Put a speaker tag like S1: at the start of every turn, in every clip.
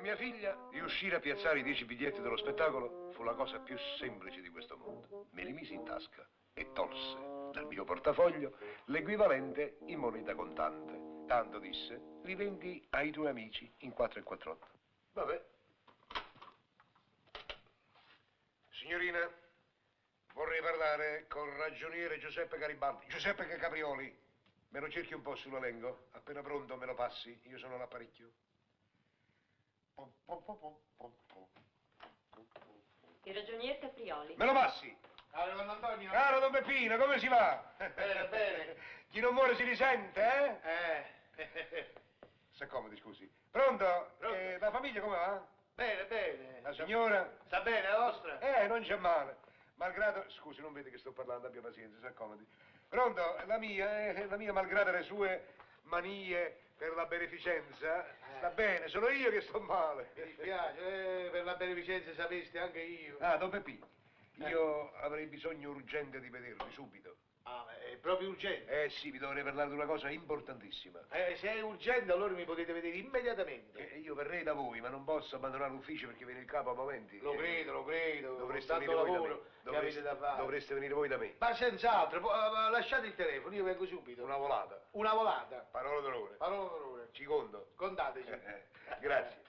S1: mia figlia, riuscire a piazzare i dieci biglietti dello spettacolo fu la cosa più semplice di questo mondo. Me li misi in tasca e tolse dal mio portafoglio l'equivalente in moneta contante. Tanto disse, li vendi ai tuoi amici in 4 e 48. Vabbè. Signorina, vorrei parlare con ragioniere Giuseppe Garibaldi. Giuseppe Caprioli, me lo cerchi un po' sull'elenco? Appena pronto me lo passi, io sono all'apparecchio.
S2: Il ragionier Caprioli.
S1: Me lo passi!
S3: Caro Don Antonio?
S1: Caro Don Peppino, come si va?
S3: Bene, bene.
S1: Chi non muore si risente, eh?
S3: Eh.
S1: S'accomodi, scusi. Pronto?
S3: Pronto. Eh,
S1: Eh, la famiglia come va?
S3: bene, bene.
S1: La signora?
S3: Sta bene la vostra?
S1: Eh, non c'è male. Malgrado... Scusi, non vede che sto parlando, abbia pazienza, s'accomodi. Pronto? La mia, eh, la mia, malgrado le sue manie per la beneficenza,
S3: Eh.
S1: sta bene, sono io che sto male.
S3: Mi dispiace, eh, per la beneficenza sapeste anche io.
S1: Ah, Don Peppino, io avrei bisogno urgente di vedervi subito.
S3: Ah, ma è proprio urgente.
S1: Eh sì, vi dovrei parlare di una cosa importantissima.
S3: Eh, se è urgente allora mi potete vedere immediatamente.
S1: Eh, io verrei da voi, ma non posso abbandonare l'ufficio perché viene il capo a momenti.
S3: Lo
S1: Eh,
S3: credo, lo credo.
S1: Dovreste
S3: Con
S1: venire
S3: tanto
S1: voi
S3: lavoro
S1: da me.
S3: che avete da fare.
S1: dovreste venire voi da me.
S3: Ma senz'altro, po- eh, lasciate il telefono, io vengo subito.
S1: Una volata.
S3: Una volata.
S1: Parola d'onore.
S3: Parola d'onore.
S1: Ci conto.
S3: Contateci.
S1: Eh, Grazie.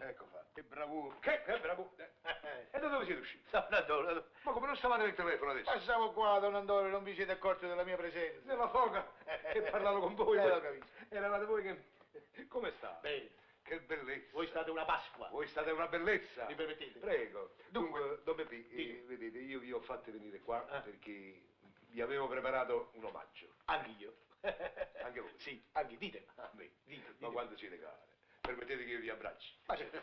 S1: Ecco fatto. Che bravura. Che, che bravura.
S3: Eh.
S1: E da dove siete usciti?
S3: Don Antonio,
S1: Ma come non stavate nel telefono adesso?
S3: Passiamo qua, Don Antonio, non vi siete accorti della mia presenza.
S1: Nella foga. E parlavo con voi.
S3: Eh,
S1: ma-
S3: lo capisco.
S1: Eravate voi che... Come sta?
S3: Bene,
S1: Che bellezza.
S3: voi state una Pasqua.
S1: Voi state una bellezza.
S3: Mi permettete?
S1: Prego.
S3: Dunque,
S1: Dunque, Don Peppì, eh,
S3: dica.
S1: vedete, io vi ho fatti venire qua
S3: Ah.
S1: perché vi avevo preparato un omaggio.
S3: Anche io.
S1: Anche voi?
S3: Sì, anche Ah, dite.
S1: A me.
S3: Dite,
S1: Ma
S3: dite.
S1: quanto siete care. Permettete che io vi abbracci.
S3: Ma certo.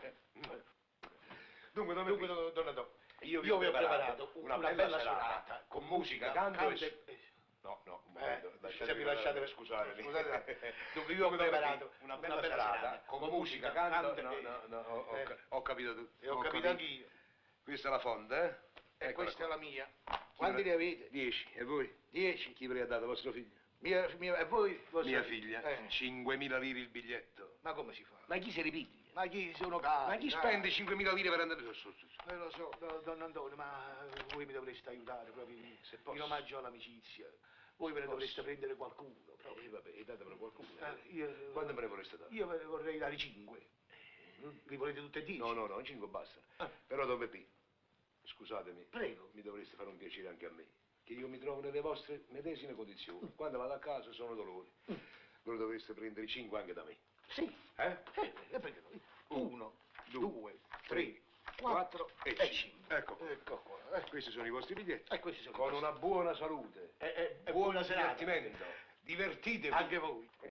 S1: Dunque, Don
S3: Dunque,
S1: Peppì,
S3: don, don Antonio,
S1: io vi ho preparato una, bella, serata, con musica, canto e...
S3: e...
S1: No, no, un
S3: Eh,
S1: momento,
S3: se mi lasciate-
S1: scusatemi.
S3: scusate. Dunque, io ho preparato
S1: una bella, serata, con, musica, canto... No, no, no, ho, ho
S3: eh.
S1: ca- ho capito tutto.
S3: E ho capito anch'io.
S1: Questa è la fonda, eh?
S3: E
S1: Eccola
S3: questa
S1: qua.
S3: è la mia. Quanti
S1: pre-
S3: ne avete?
S1: Dieci. E voi?
S3: Dieci.
S1: Chi ve li ha dato vostro figlio?
S3: Mia, mia- e voi? vostra-
S1: Mia figlia.
S3: Eh,
S1: 5.000 lire il biglietto.
S3: Ma come si fa?
S1: Ma chi se li piglia?
S3: Ma chi sono cari?
S1: Ma chi spende
S3: cari?
S1: 5.000 lire per andare... su, su, su.
S3: Ah, Eh, lo so, do- don Antonio, ma voi mi dovreste aiutare proprio
S1: se posso.
S3: in omaggio all'amicizia. Voi ve ne
S1: Posso.
S3: dovreste prendere qualcuno proprio.
S1: Eh, vabbè, e datemelo qualcuno.
S3: Eh, io-
S1: Quanto me ne vorreste dare?
S3: Io ve ne vorrei dare cinque. Li volete tutti e dieci?
S1: No, no, no, 5 basta.
S3: Ah.
S1: Però Don Peppì, scusatemi,
S3: Prego.
S1: mi dovreste fare un piacere anche a me, che io mi trovo nelle vostre medesime condizioni.
S3: Mm.
S1: Quando vado a casa sono dolori. Ve lo dovreste prendere 5 anche da me.
S3: Sì.
S1: Eh?
S3: Eh, e perché no? Uno,
S1: due,
S3: due, tre, quattro,
S1: e
S3: e
S1: cinque.
S3: cinque.
S1: Ecco.
S3: Ecco qua. eh.
S1: Questi sono i vostri biglietti.
S3: E questi sono i
S1: Con
S3: vostri.
S1: una buona salute.
S3: E- e- e
S1: buon
S3: buona serata.
S1: divertimento. Divertitevi.
S3: Anche voi.